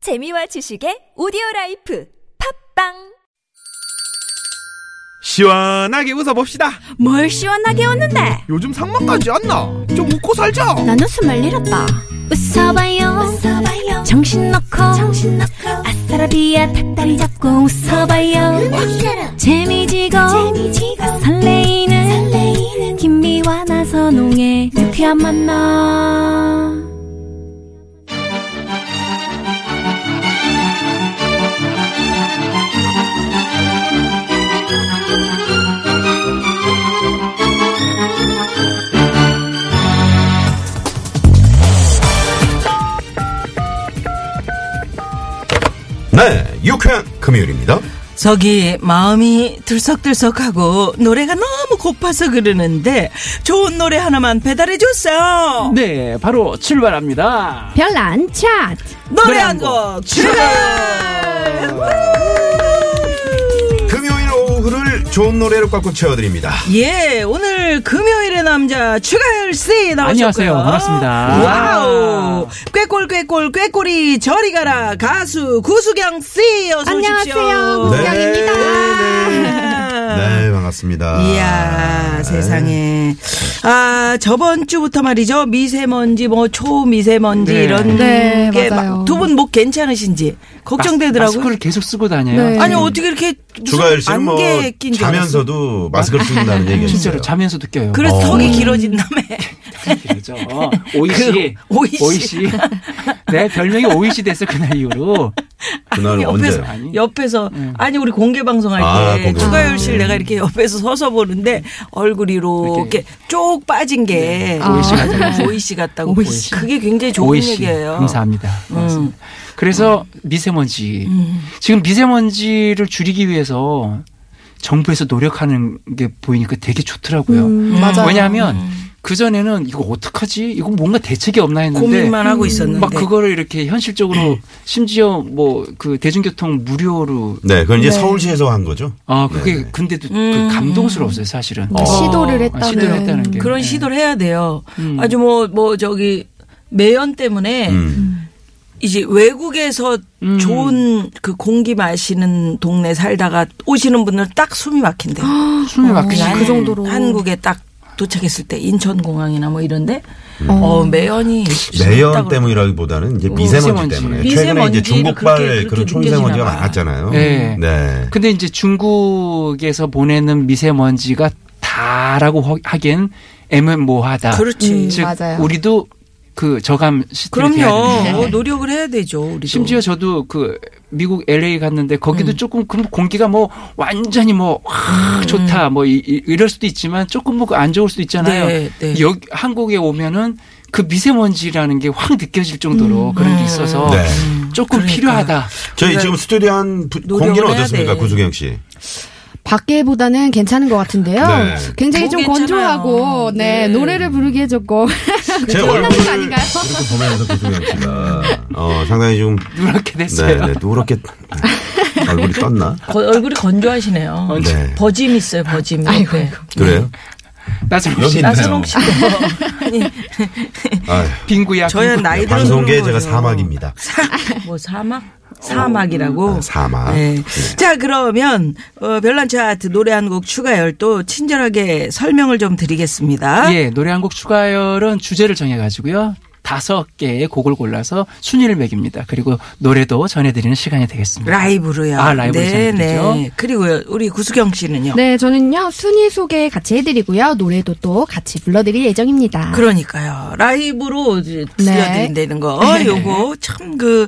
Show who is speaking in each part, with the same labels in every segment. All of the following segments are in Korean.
Speaker 1: 재미와 지식의 오디오 라이프 팝빵
Speaker 2: 시원하게 웃어봅시다.
Speaker 3: 뭘 시원하게 웃는데
Speaker 2: 요즘 상만까지 안 나. 좀 웃고 살자.
Speaker 3: 난 웃음을 잃었다 웃어봐요, 정신 놓고 아싸라비아 닭다리 잡고 웃어봐요 재미지고, 설레이는, 김미와 나선홍의 유쾌한 만남
Speaker 4: 네, 유쾌한 금요일입니다.
Speaker 5: 저기 마음이 들썩들썩하고 노래가 너무 고파서 그러는데 좋은 노래 하나만 배달해 줬어요.
Speaker 6: 네, 바로 출발합니다.
Speaker 7: 별난 차트
Speaker 5: 노래 한곡 출발.
Speaker 4: 금요일 오후를 좋은 노래로 꽉꽉 채워드립니다.
Speaker 5: 예, 오늘 금요일의 남자 추가열 씨 나오셨고요.
Speaker 6: 안녕하세요. 반갑습니다.
Speaker 5: 와우, 꾀꼴 꾀꼴 꾀꼴이 저리 가라 가수 구수경 씨 어서 오십시오.
Speaker 7: 안녕하세요, 구수경. 구경입니다.
Speaker 4: 네, 네. 네, 반갑습니다.
Speaker 5: 이야
Speaker 6: 아,
Speaker 5: 세상에 아 저번 주부터 말이죠 미세먼지 뭐 초미세먼지
Speaker 6: 네.
Speaker 5: 이런
Speaker 7: 네,
Speaker 5: 게
Speaker 7: 맞아요.
Speaker 5: 두 분 목 괜찮으신지 걱정되더라고요.
Speaker 6: 마스크를 계속 쓰고 다녀요.
Speaker 7: 네.
Speaker 5: 아니 어떻게 이렇게 무슨
Speaker 4: 주가열 씨는 뭐
Speaker 5: 안개 낀줄 알았어. 네.
Speaker 4: 자면서도 마스크를 쓴다는 얘기가
Speaker 6: 실제로
Speaker 4: 있어요.
Speaker 6: 자면서 느껴요. 뭐
Speaker 5: 그래서
Speaker 4: 어.
Speaker 5: 턱이 길어진다며.
Speaker 6: 그죠. 오이 씨.
Speaker 5: 그 오이 씨.
Speaker 6: 네, 별명이 오이 씨 됐어, 그날 이후로.
Speaker 4: 그날은
Speaker 5: 옆에서
Speaker 4: 언제요?
Speaker 5: 옆에서
Speaker 6: 네.
Speaker 5: 아니 우리 공개
Speaker 4: 아,
Speaker 5: 방송할 때
Speaker 4: 공개
Speaker 5: 추가열
Speaker 4: 방송. 네.
Speaker 5: 씨를 내가 이렇게 옆에서 서서 보는데 얼굴이 이렇게,
Speaker 6: 이렇게. 네.
Speaker 5: 쭉 빠진 게
Speaker 7: 오이 씨
Speaker 6: 같아요.
Speaker 5: 오이 씨 같다고
Speaker 7: 오이 씨.
Speaker 5: 그게 굉장히 좋은
Speaker 6: 오이 씨.
Speaker 5: 얘기예요. 음.
Speaker 6: 감사합니다. 고맙습니다. 그래서 미세먼지. 지금 미세먼지를 줄이기 위해서 정부에서 노력하는 게 보이니까 되게 좋더라고요.
Speaker 5: 음,
Speaker 7: 맞아요.
Speaker 6: 왜냐하면 그전에는 이거 어떡하지? 이거 뭔가 대책이 없나 했는데
Speaker 5: 고민만 하고 있었는데
Speaker 6: 네. 막 그거를 이렇게 현실적으로 심지어 뭐 그 대중교통 무료로
Speaker 4: 네, 그건 이제 서울시에서 한 거죠.
Speaker 6: 아 그게
Speaker 4: 네.
Speaker 6: 근데도
Speaker 5: 음.
Speaker 6: 그 감동스러웠어요 사실은
Speaker 4: 어.
Speaker 7: 시도를 했다는
Speaker 6: 아, 시도를 했다는 게
Speaker 5: 그런
Speaker 6: 네.
Speaker 5: 시도를 해야 돼요.
Speaker 6: 음.
Speaker 5: 아주 뭐 뭐 저기 매연 때문에
Speaker 4: 음.
Speaker 5: 이제 외국에서
Speaker 6: 음.
Speaker 5: 좋은 그 공기 마시는 동네 살다가 오시는 분들 딱 숨이 막힌대요.
Speaker 6: 숨이 막히지
Speaker 5: 그냥
Speaker 7: 그 정도로.
Speaker 5: 한국에 딱 도착했을 때 인천공항이나 뭐 이런데
Speaker 7: 어.
Speaker 5: 어 매연이
Speaker 4: 매연
Speaker 5: 있다고
Speaker 4: 때문이라기보다는 이제 미세먼지,
Speaker 6: 미세먼지.
Speaker 4: 때문에 최근에
Speaker 5: 어, 미세먼지를
Speaker 4: 이제
Speaker 5: 그렇게-
Speaker 4: 중국발
Speaker 5: 그렇게
Speaker 4: 그런 초미세먼지가
Speaker 5: 느껴지나 봐.
Speaker 4: 많았잖아요.
Speaker 6: 네.
Speaker 4: 네.
Speaker 6: 근데 이제 중국에서 보내는 미세먼지가 다라고 허- 하기엔 애매모호하다
Speaker 5: 그렇지.
Speaker 7: 음,
Speaker 6: 즉
Speaker 7: 맞아요.
Speaker 6: 우리도 그 저감 시스템이 돼야
Speaker 5: 그럼요.
Speaker 6: 되는데 네.
Speaker 5: 어, 노력을 해야 되죠. 우리도.
Speaker 6: 심지어 저도 그 미국 LA 갔는데 거기도 조금 그럼 공기가 뭐 완전히 뭐 와, 좋다 뭐 이, 럴 수도 있지만 조금 뭐 안 좋을 수도 있잖아요.
Speaker 5: 네, 네.
Speaker 6: 여기 한국에 오면은 그 미세먼지라는 게 확 느껴질 정도로 그런 게 있어서
Speaker 4: 네.
Speaker 6: 조금
Speaker 5: 그러니까.
Speaker 6: 필요하다.
Speaker 4: 저희
Speaker 5: 그래.
Speaker 4: 지금 스튜디오 한 부-
Speaker 5: 노력을
Speaker 4: 공기는
Speaker 5: 해야
Speaker 4: 어떻습니까,
Speaker 5: 돼.
Speaker 4: 구수경 씨?
Speaker 7: 밖에보다는 괜찮은 것 같은데요.
Speaker 4: 네.
Speaker 7: 굉장히 좀
Speaker 5: 뭐 괜찮아요.
Speaker 7: 건조하고
Speaker 5: 네.
Speaker 7: 네, 노래를 부르기 에 조금
Speaker 4: 제
Speaker 7: 혼나는 거 아닌가요?
Speaker 4: 이렇게 보면서 구수경 씨가 어, 상당히 좀
Speaker 6: 누렇게
Speaker 4: 네,
Speaker 6: 됐어요.
Speaker 4: 네, 누렇게 아, 얼굴이 떴나?
Speaker 5: 거- 얼굴이 건조하시네요.
Speaker 4: 네.
Speaker 5: 버짐 있어요. 버짐.
Speaker 7: 아이고,
Speaker 5: 네.
Speaker 4: 그래요?
Speaker 6: 나선홍
Speaker 4: 여기
Speaker 6: 씨,
Speaker 4: 있네요.
Speaker 5: 나선홍 씨도 아니
Speaker 4: 아휴, 네,
Speaker 6: 빙구야.
Speaker 5: 저야 나이 들어서
Speaker 4: 방송계
Speaker 5: 그런
Speaker 4: 제가
Speaker 5: 거죠.
Speaker 4: 사막입니다.
Speaker 5: 뭐 사막? 사막이라고.
Speaker 4: 아, 사막.
Speaker 5: 네. 자 그러면 어, 별난 차트 노래 한 곡 추가열 또 친절하게 설명을 좀 드리겠습니다.
Speaker 6: 예, 노래 한 곡 추가열은 주제를 정해가지고요. 다섯 개의 곡을 골라서 순위를 매깁니다. 그리고 노래도 전해드리는 시간이 되겠습니다.
Speaker 5: 라이브로요.
Speaker 6: 아, 라이브로
Speaker 5: 네네.
Speaker 6: 전해드리죠.
Speaker 5: 그리고요 우리 구수경 씨는요.
Speaker 7: 네, 저는요 순위 소개 같이 해드리고요 노래도 또 같이 불러드릴 예정입니다.
Speaker 5: 그러니까요. 라이브로 이제 들려드린다는 거. 어, 요거 참 그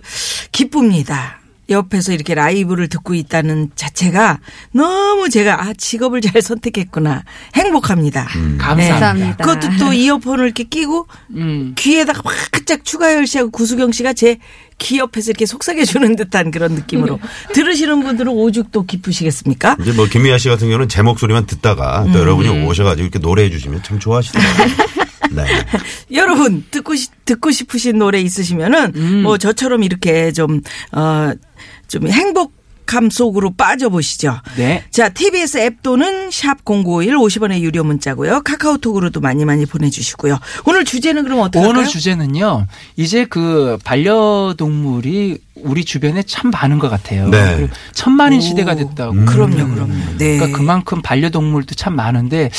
Speaker 5: 기쁩니다. 옆에서 이렇게 라이브를 듣고 있다는 자체가 너무 제가 아 직업을 잘 선택했구나 행복합니다.
Speaker 6: 음.
Speaker 7: 네,
Speaker 6: 감사합니다.
Speaker 7: 감사합니다.
Speaker 5: 그것도 또 이어폰을 이렇게 끼고
Speaker 6: 음.
Speaker 5: 귀에다가 바짝 추가열 씨하고 구수경 씨가 제 귀 옆에서 이렇게 속삭여 주는 듯한 그런 느낌으로
Speaker 6: 네.
Speaker 5: 들으시는 분들은 오죽도 기쁘시겠습니까?
Speaker 6: 음.
Speaker 4: 이제 뭐 김미아 씨 같은 경우는 제 목소리만 듣다가 또 여러분이 오셔가지고 이렇게 노래해 주시면 참 좋아하시더라고요. 네.
Speaker 5: 여러분 듣고 싶, 듣고
Speaker 6: 음.
Speaker 5: 싶으신 노래 있으시면은 뭐 저처럼 이렇게 좀 어 좀 행복 행복함 속으로 빠져보시죠.
Speaker 6: 네.
Speaker 5: 자, TBS 앱 또는 샵 0951 50원의 유료 문자고요. 카카오톡으로도 많이 많이 보내주시고요. 오늘 주제는 그럼 어떻게 할까요?
Speaker 6: 오늘 주제는요. 이제 그 반려동물이 우리 주변에 참 많은 것 같아요.
Speaker 4: 네.
Speaker 6: 어, 그리고 천만인
Speaker 5: 오, 음.
Speaker 6: 시대가 됐다고.
Speaker 5: 그럼요, 그럼요. 네.
Speaker 6: 그러니까 그만큼 반려동물도 참 많은데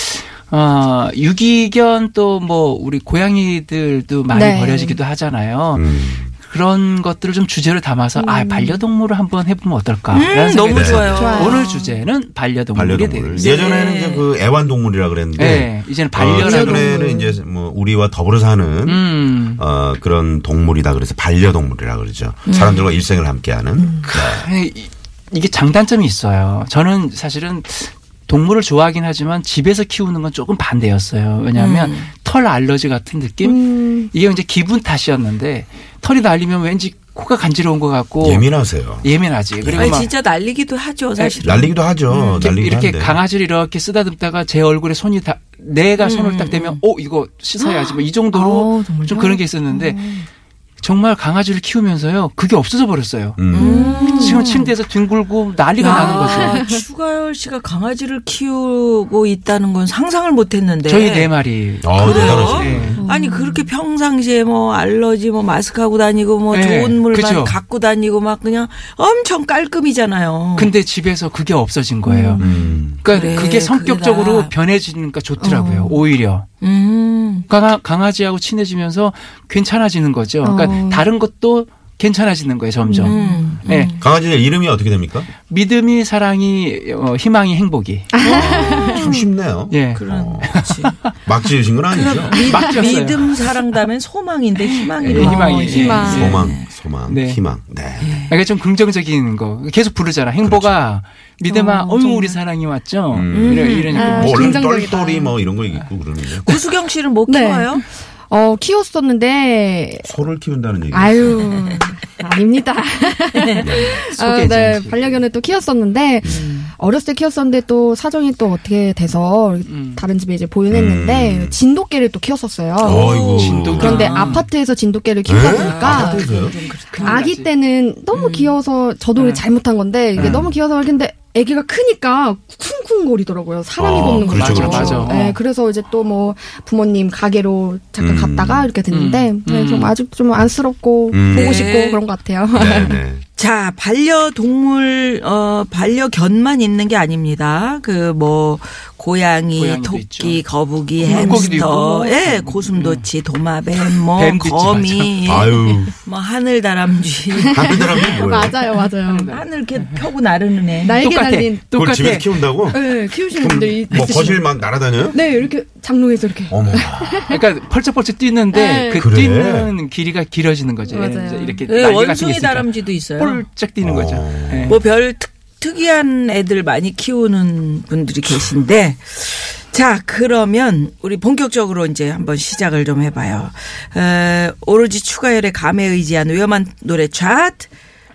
Speaker 6: 어, 유기견 또 뭐 우리 고양이들도 많이
Speaker 7: 네.
Speaker 6: 버려지기도 하잖아요.
Speaker 4: 음.
Speaker 6: 그런 것들을 좀 주제로 담아서 아 반려동물을 한번 해보면 어떨까라는
Speaker 5: 음,
Speaker 6: 생각이
Speaker 5: 너무
Speaker 4: 네.
Speaker 5: 좋아요.
Speaker 6: 들어요.
Speaker 7: 좋아요.
Speaker 6: 오늘 주제는 반려동물에
Speaker 4: 반려동물.
Speaker 6: 대해서.
Speaker 4: 예전에는 이제 그 애완동물이라 그랬는데
Speaker 6: 네, 이제는
Speaker 4: 어,
Speaker 6: 반려라고.
Speaker 4: 최근에는 이제 뭐 우리와 더불어 사는
Speaker 6: 음.
Speaker 4: 어, 그런 동물이다 그래서 반려동물이라 그러죠. 사람들과 일생을 함께하는.
Speaker 6: 아니, 그, 이- 이게 장단점이 있어요. 저는 사실은 동물을 좋아하긴 하지만 집에서 키우는 건 조금 반대였어요. 왜냐하면
Speaker 5: 음.
Speaker 6: 털 알러지 같은 느낌? 이게 이제 기분 탓이었는데 털이 날리면 왠지 코가 간지러운 것 같고
Speaker 4: 뭐 예민하세요.
Speaker 6: 하지 그리고
Speaker 5: 아니,
Speaker 6: 막
Speaker 5: 진짜 날리기도 하죠,
Speaker 6: 네,
Speaker 5: 사실은.
Speaker 4: 날리기도 하죠.
Speaker 6: 이렇게-
Speaker 4: 날리기도
Speaker 6: 이렇게
Speaker 4: 한데.
Speaker 6: 강아지를 이렇게 쓰다듬다가 제 얼굴에 손이 다 내가 손을 딱
Speaker 5: 음.
Speaker 6: 대면 어 이거 씻어야지 뭐 이 정도로
Speaker 7: 아우, 정말요?
Speaker 6: 좀 그런 게 있었는데
Speaker 5: 음.
Speaker 6: 정말 강아지를 키우면서요 그게 없어져 버렸어요.
Speaker 4: 음.
Speaker 6: 지금 침대에서 뒹굴고 난리가 나는 거죠.
Speaker 5: 아, 추가열 씨가 강아지를 키우고 있다는 건 상상을 못 했는데.
Speaker 6: 저희 네 마리.
Speaker 4: 어,
Speaker 5: 그래요?
Speaker 4: 대단하시네.
Speaker 6: 네.
Speaker 5: 아니 그렇게 평상시에 뭐 알러지 뭐 마스크 하고 다니고 뭐
Speaker 6: 네,
Speaker 5: 좋은 물만
Speaker 6: 그죠.
Speaker 5: 갖고 다니고 막 그냥 엄청 깔끔이잖아요.
Speaker 6: 근데 집에서 그게 없어진 거예요.
Speaker 4: 음.
Speaker 6: 그러니까
Speaker 5: 그래,
Speaker 6: 그게 성격적으로
Speaker 5: 그게 나-
Speaker 6: 변해지니까 좋더라고요. 오히려.
Speaker 5: 음.
Speaker 6: 강아, 강아지하고 친해지면서 괜찮아지는 거죠. 그러니까
Speaker 7: 어.
Speaker 6: 다른 것도 괜찮아지는 거예요, 점점.
Speaker 5: 음.
Speaker 6: 네.
Speaker 4: 강아지의 이름이 어떻게 됩니까?
Speaker 6: 믿음이, 사랑이, 어, 희망이, 행복이.
Speaker 4: 아, 참 쉽네요.
Speaker 6: 예.
Speaker 5: 그런 거지.
Speaker 4: 막 지으신 건 아니죠.
Speaker 5: 믿,
Speaker 6: 막 지었어요.
Speaker 5: 믿음 사랑다면 소망인데
Speaker 6: 예,
Speaker 5: 희망이네.
Speaker 6: 그렇죠. 희망이. 예.
Speaker 7: 희망.
Speaker 6: 예.
Speaker 4: 소망, 소망,
Speaker 6: 네.
Speaker 4: 희망. 네.
Speaker 6: 그러니까 좀 긍정적인 거. 계속 부르잖아. 행복아, 믿음아,
Speaker 5: 어,
Speaker 6: 어유
Speaker 5: 정말.
Speaker 6: 우리 사랑이 왔죠.
Speaker 4: 음.
Speaker 6: 이러, 이러니까.
Speaker 7: 아,
Speaker 4: 뭐 얼른
Speaker 7: 긴장된다.
Speaker 4: 똘똘이 뭐 이런 거 있고 그러는데
Speaker 5: 구수경 씨는 못
Speaker 7: 네.
Speaker 5: 키워요?
Speaker 7: 어, 키웠었는데,
Speaker 4: 소를 키운다는 얘기.
Speaker 7: 아유, 아닙니다. 아,
Speaker 6: 소개지.
Speaker 7: 네, 반려견을 또 키웠었는데, 어렸을 때 키웠었는데 또 사정이 또 어떻게 돼서
Speaker 6: 음.
Speaker 7: 다른 집에 이제 보윤했는데,
Speaker 4: 음.
Speaker 7: 진돗개를 또 키웠었어요.
Speaker 4: 어이구. 네?
Speaker 6: 진돗개.
Speaker 7: 그런데
Speaker 5: 아.
Speaker 7: 아파트에서 진돗개를 키우다
Speaker 4: 에?
Speaker 7: 보니까,
Speaker 4: 아파트에서?
Speaker 6: 네.
Speaker 4: 그래요?
Speaker 6: 큰일
Speaker 7: 아기
Speaker 6: 나지.
Speaker 7: 때는 너무
Speaker 6: 음.
Speaker 7: 귀여워서 저도
Speaker 6: 네.
Speaker 7: 잘못한 건데 이게
Speaker 4: 네.
Speaker 7: 너무 귀여워서 근데 아기가 크니까 쿵쿵거리더라고요. 사람이
Speaker 4: 어,
Speaker 7: 걷는 거
Speaker 4: 그렇죠,
Speaker 7: 맞죠.
Speaker 6: 그렇죠. 맞아.
Speaker 7: 네, 그래서 이제 또 뭐 부모님 가게로 잠깐
Speaker 4: 음.
Speaker 7: 갔다가 이렇게 됐는데
Speaker 6: 음.
Speaker 7: 네, 좀
Speaker 6: 음.
Speaker 7: 아직 좀 안쓰럽고
Speaker 4: 음.
Speaker 7: 보고
Speaker 5: 네.
Speaker 7: 싶고 그런 것 같아요.
Speaker 4: 네, 네.
Speaker 5: 자, 반려동물, 어, 반려견만 있는 게 아닙니다. 그, 뭐, 고양이,
Speaker 6: 고양이도
Speaker 5: 토끼,
Speaker 6: 있죠. 음,
Speaker 5: 거북이,
Speaker 6: 물고기도
Speaker 5: 햄스터,
Speaker 6: 있고.
Speaker 5: 예, 고슴도치, 도마뱀, 뭐,
Speaker 6: 뱀도 있지,
Speaker 5: 거미,
Speaker 4: 네. 아유.
Speaker 5: 뭐, 하늘다람쥐.
Speaker 4: 다른 사람이 뭐예요?
Speaker 7: 예. 맞아요, 맞아요.
Speaker 5: 하늘 이렇게 펴고 나르는 애.
Speaker 7: 날개
Speaker 6: 똑같아.
Speaker 7: 달린
Speaker 4: 그걸 집에서
Speaker 6: 똑같아.
Speaker 4: 키운다고?
Speaker 7: 네, 키우시는
Speaker 4: 그럼
Speaker 7: 분들이
Speaker 4: 뭐
Speaker 7: 있으시죠?
Speaker 4: 거실 막 날아다녀요?
Speaker 7: 네, 이렇게 장롱에서 이렇게
Speaker 4: 어머.
Speaker 6: 그러니까 펄쩍펄쩍 뛰는데
Speaker 7: 네.
Speaker 6: 그
Speaker 4: 그래.
Speaker 6: 뛰는 길이가 길어지는 거죠.
Speaker 7: 맞아요.
Speaker 6: 이제 이렇게
Speaker 5: 예,
Speaker 6: 날개 같은 게
Speaker 5: 원숭이
Speaker 6: 있으니까
Speaker 5: 다람쥐도 있어요.
Speaker 6: 펄쩍 뛰는 거죠.
Speaker 4: 어.
Speaker 6: 예.
Speaker 5: 뭐 별 특이한 애들 많이 키우는 분들이 계신데 자 그러면 우리 본격적으로 이제 한번 시작을 좀 해봐요. 에, 오로지 추가열의 감에 의지한 위험한 노래 차트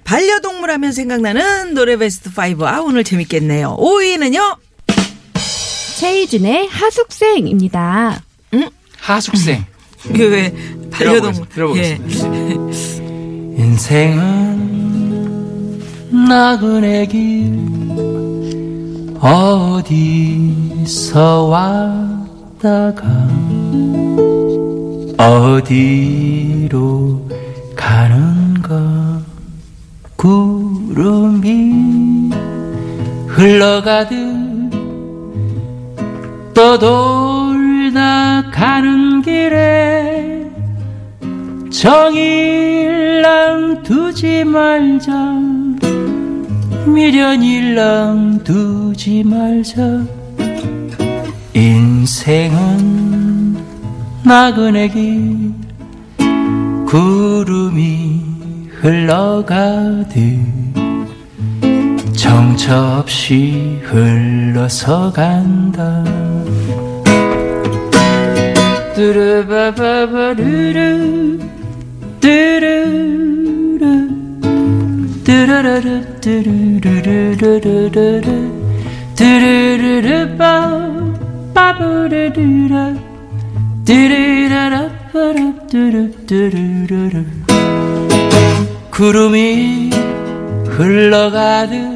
Speaker 5: 반려동물 하면 생각나는 노래 베스트 5. 아 오늘 재밌겠네요. 5위는요.
Speaker 7: 체이준의 하숙생입니다.
Speaker 6: 하숙생.
Speaker 5: 그 왜 반려동물. 예.
Speaker 6: 들어보겠습니다. 인생은 나그네 길 어디서 왔다가 어디로 가는가 구름이 흘러가듯 떠돌다 가는 길에 정일랑 두지 말자 미련일랑 두지 말자 인생은 나그네 길 구름이 흘러가듯 정처 없이 흘러서 간다. 뚜르바바바르르 뚜르르 뚜르르르 뚜르르르르르르르 뚜르르르빠 빠부르르라 뚜르르라빠라 뚜르뚜르르르 구름이 흘러가듯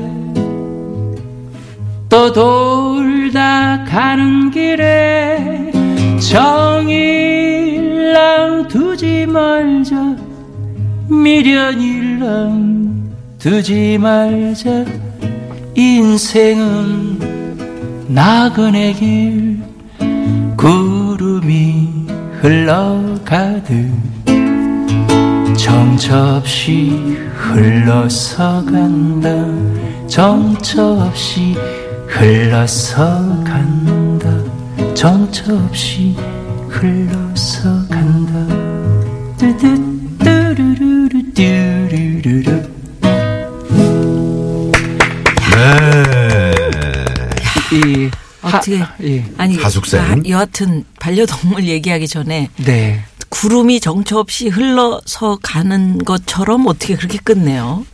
Speaker 6: 또 돌다 가는 길에 정일랑 두지 말자 미련일랑 두지 말자 인생은 나그네 길 구름이 흘러가듯 정처없이 흘러서 간다 정처없이 흘러서 간다 정처없이 흘러서 간다 뚜뚜뚜루루루 뚜루루루
Speaker 4: 네.
Speaker 6: 이
Speaker 5: 어떻게?
Speaker 6: 하- 예.
Speaker 5: 아니
Speaker 4: 가숙생.
Speaker 5: 아, 여하튼 반려동물 얘기하기 전에
Speaker 6: 네.
Speaker 5: 구름이 정처 없이 흘러서 가는 것처럼 어떻게 그렇게 끝내요?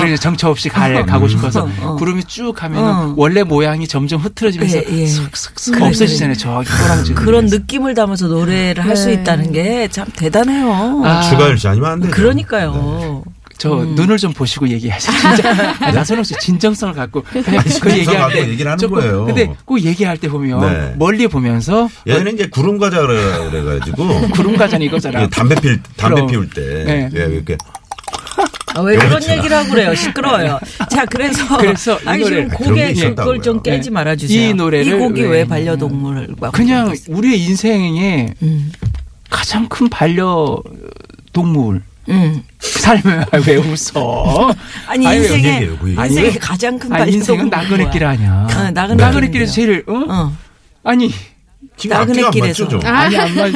Speaker 6: 그래 정처 없이 갈 가고 싶어서
Speaker 5: 어.
Speaker 6: 구름이 쭉 가면은
Speaker 5: 어.
Speaker 6: 원래 모양이 점점 흐트러지면서
Speaker 5: 예, 예.
Speaker 6: 슥슥슥
Speaker 5: 그래,
Speaker 6: 없어지잖아요. 저기 호랑지
Speaker 4: 음.
Speaker 5: 그런 느낌을 담아서 노래를 할
Speaker 6: 네.
Speaker 5: 수 있다는 게 참 대단해요. 음.
Speaker 4: 추가열지 아니면 안 되죠.
Speaker 5: 그러니까. 그러니까요.
Speaker 4: 네.
Speaker 6: 저 눈을 좀 보시고 얘기하세요. 진짜 아니, 나선홍 씨 진정성을 갖고 그냥 그
Speaker 4: 진정성
Speaker 6: 얘기할
Speaker 4: 갖고
Speaker 6: 때
Speaker 4: 얘기를 하는
Speaker 6: 조금-
Speaker 4: 거예요.
Speaker 6: 근데 꼭 얘기할 때 보면
Speaker 4: 네.
Speaker 6: 멀리 보면서
Speaker 4: 네. 얘는 이제 구름 과자라 그래가지고
Speaker 6: 구름 가자 는 이거잖아.
Speaker 4: 이게 담배 필 담배
Speaker 6: 그럼.
Speaker 4: 피울 때
Speaker 6: 네.
Speaker 4: 예, 이렇게
Speaker 5: 아, 왜 그런
Speaker 4: 그렇구나.
Speaker 5: 얘기를 하고 그래요? 시끄러워요. 자, 그래서,
Speaker 6: 그래서 이
Speaker 5: 아니 지금
Speaker 6: 노래를-
Speaker 4: 그런
Speaker 5: 곡에
Speaker 4: 게
Speaker 5: 그걸
Speaker 4: 있었다고요.
Speaker 5: 좀 깨지
Speaker 6: 네.
Speaker 5: 말아 주세요.
Speaker 6: 이 노래를
Speaker 5: 곡이
Speaker 6: 왜-
Speaker 5: 왜 반려동물과
Speaker 6: 그냥
Speaker 5: 관련됐어요?
Speaker 6: 우리의 인생에
Speaker 5: 음.
Speaker 6: 가장 큰 반려 동물
Speaker 5: 음.
Speaker 6: 삶을 왜 웃어?
Speaker 5: 아니
Speaker 6: 아니, 왜
Speaker 5: 인생에
Speaker 4: 얘기해요, 그 얘기?
Speaker 5: 인생에
Speaker 6: 아니,
Speaker 5: 가장 큰
Speaker 6: 아,
Speaker 5: 반려동물
Speaker 6: 인생은 나그네길 아니야.
Speaker 5: 어, 나그네길인데요.
Speaker 6: 나그네길에서 제일 어?
Speaker 5: 어.
Speaker 6: 아니
Speaker 4: 지금 앞뒤가 안 맞죠 좀. 아,
Speaker 6: 아니 안 맞.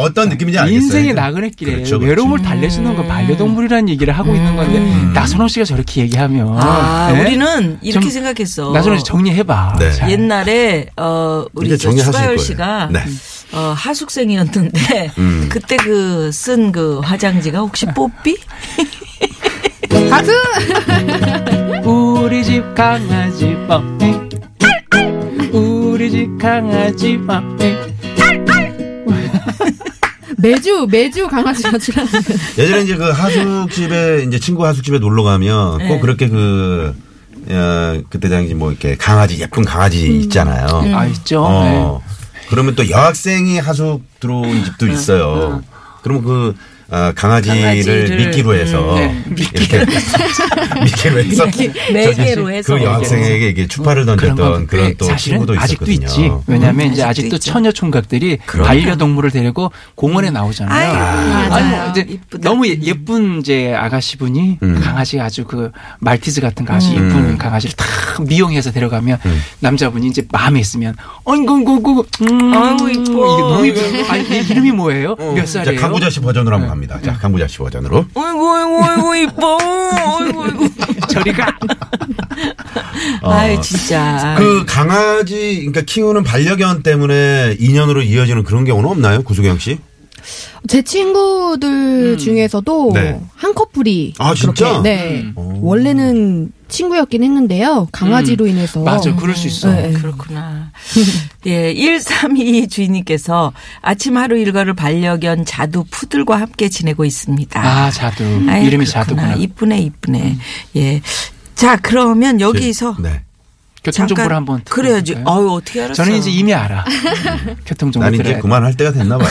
Speaker 4: 어떤 느낌인지 알겠어요.
Speaker 6: 인생의
Speaker 4: 그러니까.
Speaker 6: 나그네길에
Speaker 4: 그렇죠, 그렇죠.
Speaker 6: 외로움을 달래주는
Speaker 5: 음.
Speaker 6: 건 반려동물이라는 얘기를 하고 있는 건데 나선홍 씨가 저렇게 얘기하면
Speaker 5: 아,
Speaker 6: 예?
Speaker 5: 우리는 이렇게
Speaker 6: 좀
Speaker 5: 생각했어.
Speaker 6: 나선홍 씨 정리해봐.
Speaker 4: 네.
Speaker 6: 자.
Speaker 5: 옛날에 어 우리
Speaker 4: 이제
Speaker 5: 저
Speaker 4: 정리하실
Speaker 5: 추가열
Speaker 4: 거예요.
Speaker 5: 씨가
Speaker 4: 네.
Speaker 5: 어, 하숙생이었는데
Speaker 4: 음.
Speaker 5: 그때 그 쓴 그 화장지가 혹시
Speaker 6: 아.
Speaker 5: 뽀삐?
Speaker 6: 우리 집 강아지 뻔히 우리 집 강아지 뻔히
Speaker 7: 매주 매주 강아지가 출연하는
Speaker 4: 예전에 이제 그 하숙집에 이제 친구 하숙집에 놀러 가면 꼭
Speaker 5: 네.
Speaker 4: 그렇게 그 어, 그때 당시 뭐 이렇게 강아지 예쁜 강아지 있잖아요.
Speaker 6: 아 있죠.
Speaker 4: 어. 그러면 또 여학생이 하숙 들어온 집도 있어요. 그러면 그 아, 강아지를
Speaker 5: 강아지를,
Speaker 4: 미끼로 해서
Speaker 6: 네.
Speaker 4: 이렇게 미끼로 해서
Speaker 5: 네, 매개로
Speaker 4: 저기
Speaker 5: 해서.
Speaker 4: 그 여학생에게 이게 추파를 던졌던
Speaker 6: 방법.
Speaker 4: 그런 또
Speaker 6: 네, 사실은
Speaker 4: 친구도
Speaker 6: 아직도
Speaker 4: 있었거든요.
Speaker 6: 있지. 왜냐하면 이제
Speaker 5: 음. 아직도
Speaker 6: 아직도
Speaker 5: 있죠.
Speaker 6: 처녀 총각들이
Speaker 4: 그럼요.
Speaker 6: 반려동물을 데리고 공원에 나오잖아요.
Speaker 5: 아이고,
Speaker 6: 아니,
Speaker 5: 맞아요.
Speaker 6: 이제
Speaker 5: 이쁘다. 음.
Speaker 6: 너무 예- 예쁜 이제 아가씨 분이
Speaker 4: 음.
Speaker 6: 강아지 아주 그 말티즈 같은 강아지
Speaker 4: 음.
Speaker 6: 예쁜
Speaker 4: 음.
Speaker 6: 강아지를 다 미용해서 데려가면 남자분이 이제 마음에 있으면 어이구구구 음,
Speaker 5: 아이고, 이뻐.
Speaker 6: 이게 너무 이뻐. 아니 이 이름이 뭐예요? 몇
Speaker 4: 자,
Speaker 6: 살이에요?
Speaker 4: 어, 강구자 씨 버전으로 한번 갑니다. 자, 강구자 씨 버전으로.
Speaker 5: 어이구 어이구 어이구 이뻐. 어이구 어이구.
Speaker 6: 저리가
Speaker 4: 어.
Speaker 5: 아유 진짜.
Speaker 4: 그 강아지 그러니까 키우는 반려견 때문에 인연으로 이어지는 그런 경우는 없나요, 구수경 씨?
Speaker 7: 제 친구들 중에서도
Speaker 4: 네.
Speaker 7: 한 커플이
Speaker 4: 아, 진짜?
Speaker 7: 그렇게, 네
Speaker 4: 오.
Speaker 7: 원래는 친구였긴 했는데요 강아지로 인해서
Speaker 6: 맞아 그럴 수 있어.
Speaker 7: 네.
Speaker 5: 그렇구나. 예, 1322 주인님께서 아침 하루 일과를 반려견 자두 푸들과 함께 지내고 있습니다.
Speaker 6: 아 자두
Speaker 5: 아이,
Speaker 6: 이름이
Speaker 5: 그렇구나.
Speaker 6: 자두구나. 음.
Speaker 5: 이쁘네, 이쁘네. 예. 자, 그러면 여기서
Speaker 4: 네.
Speaker 6: 교통
Speaker 5: 잠깐
Speaker 6: 정보를 한번
Speaker 5: 그래야지.
Speaker 6: 들어볼까요?
Speaker 5: 아유, 어떻게 알았어? 음.
Speaker 6: 저는 이제 이미 알아. 교통 정보
Speaker 4: 난 이제
Speaker 6: 들어야 돼.
Speaker 4: 그만할 때가 됐나 봐요.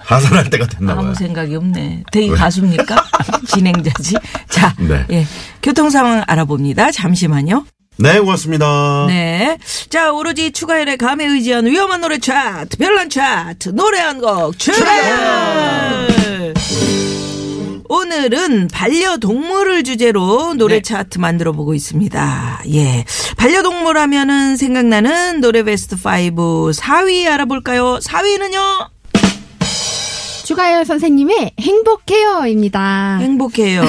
Speaker 4: 하산할 때가 됐나 봐요.
Speaker 5: 아무 생각이 없네. 되게
Speaker 4: 왜?
Speaker 5: 가수입니까? 진행자지. 자,
Speaker 4: 네.
Speaker 5: 예. 교통 상황 알아봅니다. 잠시만요.
Speaker 4: 네, 고맙습니다.
Speaker 5: 네. 자, 오로지 추가열의 감에 의지한 위험한 노래 차트, 별난 차트, 노래 한 곡 추가열! 오늘은 반려동물을 주제로 노래
Speaker 6: 네.
Speaker 5: 차트 만들어 보고 있습니다. 예. 반려동물 하면은 생각나는 노래 베스트 5 4위 알아볼까요? 4위는요?
Speaker 7: 추가열 선생님의 행복해요입니다
Speaker 5: 네. 행복해요.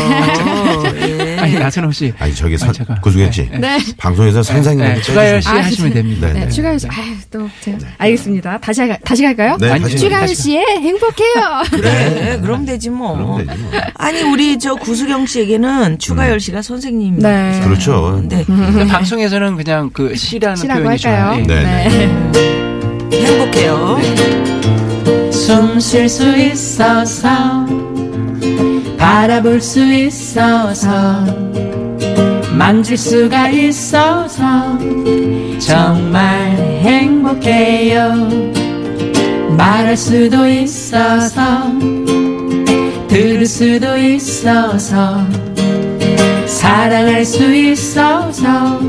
Speaker 5: 예.
Speaker 6: 아니 나선홍 씨.
Speaker 4: 아니 저기 선,
Speaker 6: 아니, 제가-
Speaker 4: 구수경 씨.
Speaker 7: 네.
Speaker 4: 방송에서 상상력
Speaker 6: 네, 추가열 씨
Speaker 7: 아,
Speaker 6: 하시면 됩니다.
Speaker 4: 네,
Speaker 7: 네,
Speaker 4: 네.
Speaker 7: 추가열 씨 아유 또 제가 알겠습니다 다시 할, 다시 갈까요
Speaker 4: 네,
Speaker 6: 아니,
Speaker 4: 다시
Speaker 7: 추가열
Speaker 6: 다시
Speaker 7: 씨의 행복해요
Speaker 5: 그래, 그럼 되지 뭐.
Speaker 4: 그럼 되지 뭐.
Speaker 5: 아니, 우리 저 구수경 씨에게는 추가열 씨가 선생님.
Speaker 7: 네.
Speaker 4: 그렇죠.
Speaker 5: 네.
Speaker 6: 방송에서는 그냥 그 시라는
Speaker 7: 시라고
Speaker 6: 표현이
Speaker 7: 할까요?
Speaker 6: 좋아요. 예.
Speaker 4: 네, 네.
Speaker 5: 행복해요.
Speaker 6: 숨 쉴 수 있어서
Speaker 8: 알아볼 수 있어서 만질 수가 있어서 정말 행복해요 말할 수도 있어서 들을 수도 있어서 사랑할 수 있어서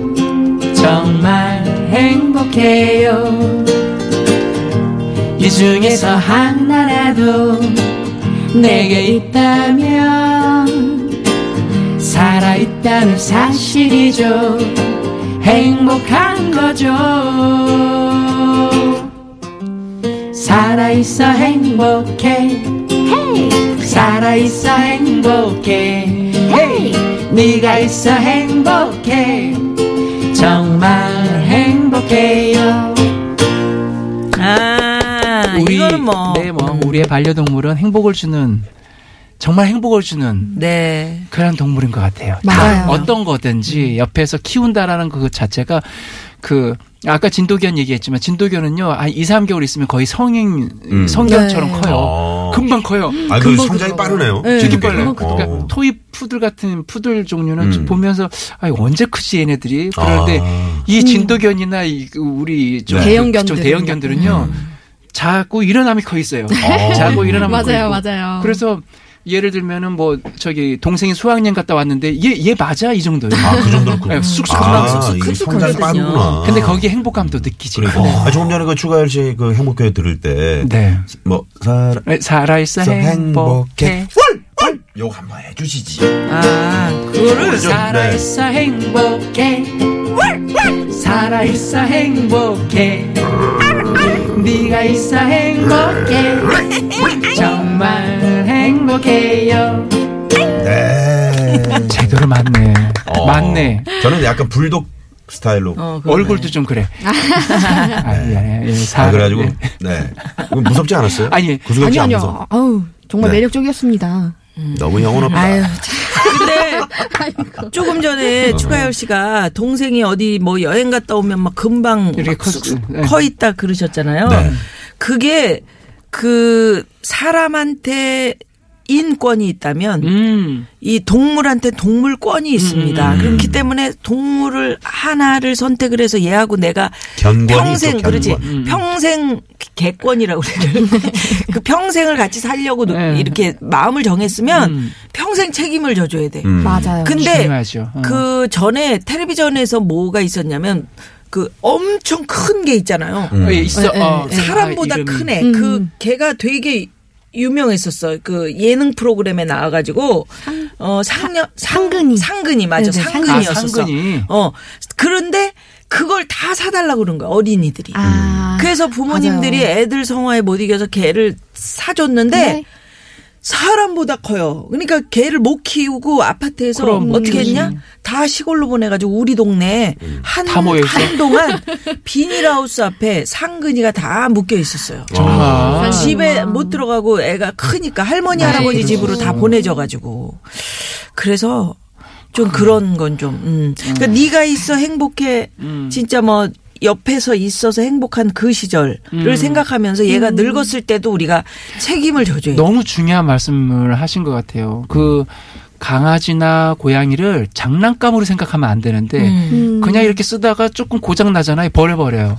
Speaker 8: 정말 행복해요 이 중에서 하나라도 내게 있다면 살아있다는 사실이죠 행복한 거죠 살아있어 행복해 살아있어 행복해 네가 있어 행복해 정말 행복해요
Speaker 5: 아, 이거는 뭐.
Speaker 6: 네, 뭐 우리의 반려동물은 행복을 주는 정말 행복을 주는
Speaker 5: 네.
Speaker 6: 그런 동물인 것 같아요. 다
Speaker 7: 맞아요.
Speaker 6: 어떤 거든지 옆에서 키운다라는 그 자체가 그 아까 진도견 얘기했지만 진도견은요 한 2, 3개월 있으면 거의 성인
Speaker 4: 음.
Speaker 6: 성견처럼
Speaker 7: 네.
Speaker 6: 커요.
Speaker 4: 어.
Speaker 6: 금방 커요.
Speaker 4: 아, 그
Speaker 6: 금방
Speaker 4: 성장이
Speaker 6: 들어가요.
Speaker 4: 빠르네요.
Speaker 6: 네,
Speaker 4: 진돗개가.
Speaker 6: 빨라요.
Speaker 4: 어.
Speaker 6: 그러니까 토이 푸들 같은 푸들 종류는
Speaker 4: 음.
Speaker 6: 보면서 아 이거 언제 크지 얘네들이 그럴
Speaker 4: 아.
Speaker 6: 때
Speaker 7: 음.
Speaker 6: 이 진도견이나 이, 그 우리 좀
Speaker 4: 네.
Speaker 7: 대형견들은
Speaker 6: 좀 대형견들은요 자꾸 일어나면 커 있어요.
Speaker 4: 아.
Speaker 6: 자고 일어나면
Speaker 7: 음. 맞아요,
Speaker 6: 커 있고.
Speaker 7: 맞아요.
Speaker 6: 그래서 예를 들면은 뭐 저기 동생이 수학여행 갔다 왔는데 얘 얘 맞아 이 정도예요.
Speaker 4: 아, 그 정도로 그.
Speaker 6: 네, 쑥쑥
Speaker 4: 아,
Speaker 6: 쑥쑥
Speaker 4: 이게
Speaker 5: 쑥쑥
Speaker 4: 성장이
Speaker 5: 크거든요.
Speaker 4: 빠르구나.
Speaker 6: 근데 거기 행복감도 느끼지.
Speaker 4: 그러니까. 아, 조금 전에 그 추가열 씨그 행복해 들을 때.
Speaker 6: 네.
Speaker 4: 뭐, 사람.
Speaker 6: 살아있어 행복해.
Speaker 4: 월! 월! 요거 한번 해주시지.
Speaker 5: 아, 그거를.
Speaker 4: 그죠? 네.
Speaker 8: 살아있어 행복해 살아있어 행복해 네가 있어 행복해 정말 행복해요
Speaker 4: 네.
Speaker 6: 제대로 맞네.
Speaker 4: 어.
Speaker 6: 맞네.
Speaker 4: 저는 약간 불독 스타일로.
Speaker 5: 어, 그러네.
Speaker 6: 얼굴도 좀 그래. 아, 예, 예, 사-
Speaker 4: 아, 그래가지고.
Speaker 6: 예.
Speaker 4: 네. 무섭지 않았어요?
Speaker 6: 아니,
Speaker 4: 구수같지
Speaker 7: 아니
Speaker 4: 않
Speaker 7: 아니요.
Speaker 4: 무서
Speaker 7: 아우 정말
Speaker 4: 네.
Speaker 7: 매력적이었습니다.
Speaker 4: 너무 영혼 없다.
Speaker 7: 아유
Speaker 5: 근데
Speaker 7: 참.
Speaker 5: 조금 전에 추가열 씨가 동생이 어디 뭐 여행 갔다 오면 막 금방
Speaker 6: 이렇게
Speaker 5: 막
Speaker 6: 커-
Speaker 5: 쑥쑥
Speaker 6: 네.
Speaker 5: 커 있다 그러셨잖아요.
Speaker 4: 네.
Speaker 5: 그게 그 사람한테 인권이 있다면
Speaker 6: 음.
Speaker 5: 이 동물한테 동물권이 있습니다. 그렇기 때문에 동물을 하나를 선택을 해서 얘하고 내가
Speaker 4: 견권이
Speaker 5: 평생
Speaker 4: 있죠,
Speaker 5: 그렇지
Speaker 4: 견권.
Speaker 6: 음.
Speaker 8: 음.
Speaker 5: 평생 개권이라고 그래요. 그 평생을 같이 살려고 노-
Speaker 6: 네.
Speaker 5: 이렇게 마음을 정했으면
Speaker 6: 음.
Speaker 5: 평생 책임을 져줘야 돼.
Speaker 4: 음.
Speaker 7: 맞아요.
Speaker 5: 근데
Speaker 6: 중요하죠. 어.
Speaker 5: 그 전에 텔레비전에서 뭐가 있었냐면 그 엄청 큰 게 있잖아요.
Speaker 4: 음.
Speaker 6: 어, 예, 있어.
Speaker 7: 예,
Speaker 6: 어,
Speaker 7: 예,
Speaker 5: 사람보다
Speaker 6: 아, 이름이.
Speaker 5: 큰 애.
Speaker 7: 음.
Speaker 5: 그 걔가 되게 유명했었어. 그 예능 프로그램에 나와가지고 어 상녀 상,
Speaker 7: 상근이.
Speaker 5: 상근이 맞아.
Speaker 7: 네네, 상근이.
Speaker 5: 상근이었었어.
Speaker 6: 아, 상근이.
Speaker 5: 어 그런데 그걸 다 사달라 고 그런 거야 어린이들이.
Speaker 7: 아,
Speaker 5: 음. 그래서 부모님들이
Speaker 7: 맞아요.
Speaker 5: 애들 성화에 못 이겨서 개를 사줬는데
Speaker 7: 네.
Speaker 5: 사람보다 커요. 그러니까 개를 못 키우고 아파트에서 어떻게 했냐? 다 시골로 보내가지고 우리 동네 한
Speaker 6: 다 모여있어?
Speaker 5: 한동안 비닐하우스 앞에 상근이가 다 묶여 있었어요.
Speaker 6: 정말.
Speaker 5: 집에 못 들어가고 애가 크니까 할머니 할아버지 집으로 다 보내져가지고 그래서 좀 그런 건 좀. 음. 그러니까 네가 있어 행복해.
Speaker 8: 음.
Speaker 5: 진짜 뭐 옆에서 있어서 행복한 그 시절을
Speaker 6: 음.
Speaker 5: 생각하면서 얘가 늙었을 때도 우리가 책임을 져줘야 돼.
Speaker 6: 너무 중요한 말씀을 하신 것 같아요. 그 강아지나 고양이를 장난감으로 생각하면 안 되는데
Speaker 7: 음.
Speaker 6: 그냥 이렇게 쓰다가 조금 고장 나잖아요. 버려버려요.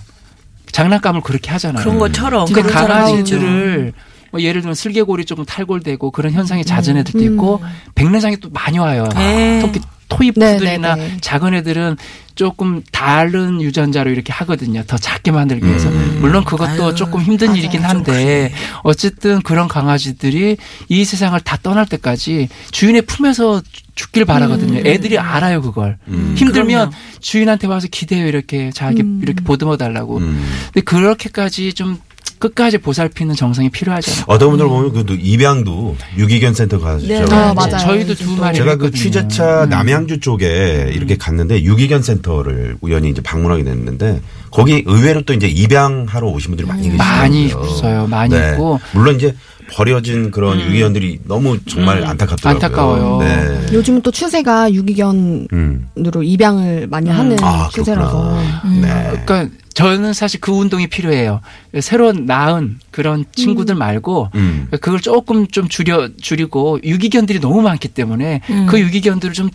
Speaker 6: 장난감을 그렇게 하잖아요.
Speaker 5: 그런 것처럼
Speaker 6: 근데
Speaker 5: 그런 사람이
Speaker 6: 강아지들을 뭐 예를 들면 슬개골이 조금 탈골되고 그런 현상이 잦은 애들도 있고 백내장이 또 많이 와요.
Speaker 5: 음. 네.
Speaker 6: 특히 토이푸들이나
Speaker 7: 네, 네, 네.
Speaker 6: 작은 애들은 조금 다른 유전자로 이렇게 하거든요. 더 작게 만들기 위해서. 물론 그것도
Speaker 5: 음. 아유,
Speaker 6: 조금 힘든
Speaker 5: 맞아요. 그렇죠.
Speaker 6: 일이긴
Speaker 5: 좀
Speaker 6: 한데 어쨌든 그런 강아지들이 이 세상을 다 떠날 때까지 주인의 품에서 죽길 바라거든요. 애들이 알아요 그걸.
Speaker 4: 음.
Speaker 6: 힘들면
Speaker 5: 그럼요.
Speaker 6: 주인한테 와서 기대요 이렇게 자기 이렇게 보듬어 달라고.
Speaker 4: 음.
Speaker 6: 근데 그렇게까지 좀 끝까지 보살피는 정성이 필요하잖아요.
Speaker 4: 어떤 분들 보면 그 입양도 유기견 센터 가죠.
Speaker 5: 네,
Speaker 7: 아, 맞아요.
Speaker 6: 저희도 두
Speaker 7: 요즘 또.
Speaker 6: 마리
Speaker 4: 제가
Speaker 6: 했거든요. 음.
Speaker 4: 그 취재차 남양주 쪽에 이렇게 갔는데 유기견 센터를 우연히 이제 방문하게 됐는데 거기 의외로 또 이제 입양하러 오신 분들이 많이
Speaker 7: 음.
Speaker 4: 계시요 네.
Speaker 6: 많이 있어요. 많이 있고.
Speaker 4: 물론 이제 버려진 그런
Speaker 7: 음.
Speaker 4: 유기견들이 너무 정말 안타깝더라고요.
Speaker 6: 음. 안타까워요.
Speaker 4: 네.
Speaker 7: 요즘은 또 추세가 유기견
Speaker 4: 음.
Speaker 7: 으로 입양을 많이 하는
Speaker 4: 아,
Speaker 7: 추세라서
Speaker 4: 그렇구나. 네.
Speaker 6: 그러니까 저는 사실 그 운동이 필요해요. 새로 낳은 그런 친구들 말고
Speaker 4: 음.
Speaker 6: 그걸 조금 좀 줄여 줄이고 유기견들이 너무 많기 때문에
Speaker 5: 음.
Speaker 6: 그 유기견들을 좀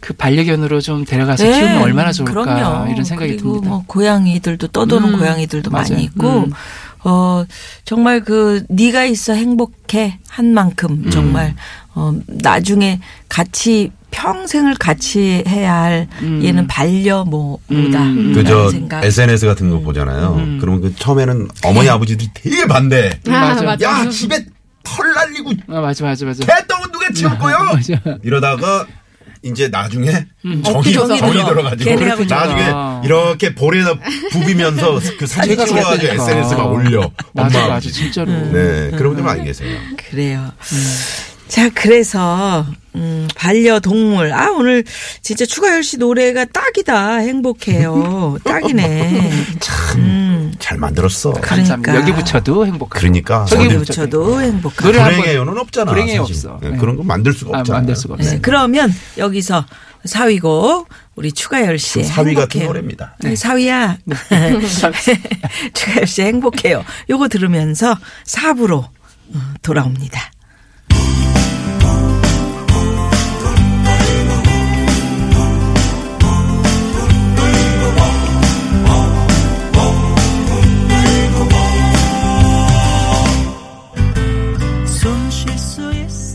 Speaker 6: 그 반려견으로 좀 데려가서
Speaker 5: 네.
Speaker 6: 키우면 얼마나 좋을까
Speaker 5: 그럼요.
Speaker 6: 이런 생각이
Speaker 5: 그리고
Speaker 6: 듭니다.
Speaker 5: 뭐 고양이들도 떠도는
Speaker 6: 음.
Speaker 5: 고양이들도
Speaker 6: 맞아요.
Speaker 5: 많이 있고
Speaker 6: 음.
Speaker 5: 어 정말 그 네가 있어 행복해 한
Speaker 6: 음.
Speaker 5: 만큼 정말 어 나중에 같이 평생을 같이 해야 할 얘는 반려 뭐다
Speaker 6: 음.
Speaker 4: 그저
Speaker 5: 생각.
Speaker 4: SNS 같은 거 보잖아요. 그러면 그 처음에는 어머니 아버지들이 되게 반대.
Speaker 6: 네. 맞아.
Speaker 4: 야 집에 털 날리고
Speaker 6: 아, 맞아 맞아 맞아.
Speaker 4: 개똥은 누가 치울 거요?
Speaker 6: 맞아. 음.
Speaker 4: 이러다가 이제 나중에 정이
Speaker 5: 엎드려서.
Speaker 4: 정이 들어가지고
Speaker 5: 걔네하고
Speaker 4: 나중에
Speaker 6: 정이.
Speaker 4: 이렇게 볼에다 부비면서 그 사진
Speaker 6: 제가
Speaker 4: 찍어가지고
Speaker 6: 그랬다니까.
Speaker 4: SNS에 막 올려.
Speaker 6: 맞아
Speaker 4: 엄마
Speaker 6: 맞아
Speaker 4: 아버지.
Speaker 6: 진짜로.
Speaker 4: 네 그런 분들 많이 계세요.
Speaker 5: 그래요.
Speaker 6: 음.
Speaker 5: 자, 그래서 음, 반려동물. 아, 오늘 진짜 추가열 씨 노래가 딱이다. 행복해요. 딱이네. 음,
Speaker 4: 잘 만들었어.
Speaker 6: 감사합니다.
Speaker 5: 그러니까.
Speaker 6: 여기 붙여도 행복해.
Speaker 4: 그러니까
Speaker 6: 저기
Speaker 4: 어딜-
Speaker 5: 붙여도 행복한.
Speaker 6: 노래 한번-
Speaker 4: 그러니까. 불행의 연은 없잖아.
Speaker 6: 불행의
Speaker 4: 사실.
Speaker 6: 없어.
Speaker 4: 네,
Speaker 6: 네.
Speaker 4: 그런 거 만들 수가
Speaker 6: 아,
Speaker 4: 없잖아.
Speaker 6: 만들 수가 없어요.
Speaker 5: 네, 그러면 여기서 사위고 우리 추가열 씨의
Speaker 4: 사위 같은
Speaker 5: 행복해요.
Speaker 4: 노래입니다.
Speaker 5: 네, 사위야. 추가열 씨 행복해요. 요거 들으면서 4부로 어, 돌아옵니다. 숨쉴 수 있어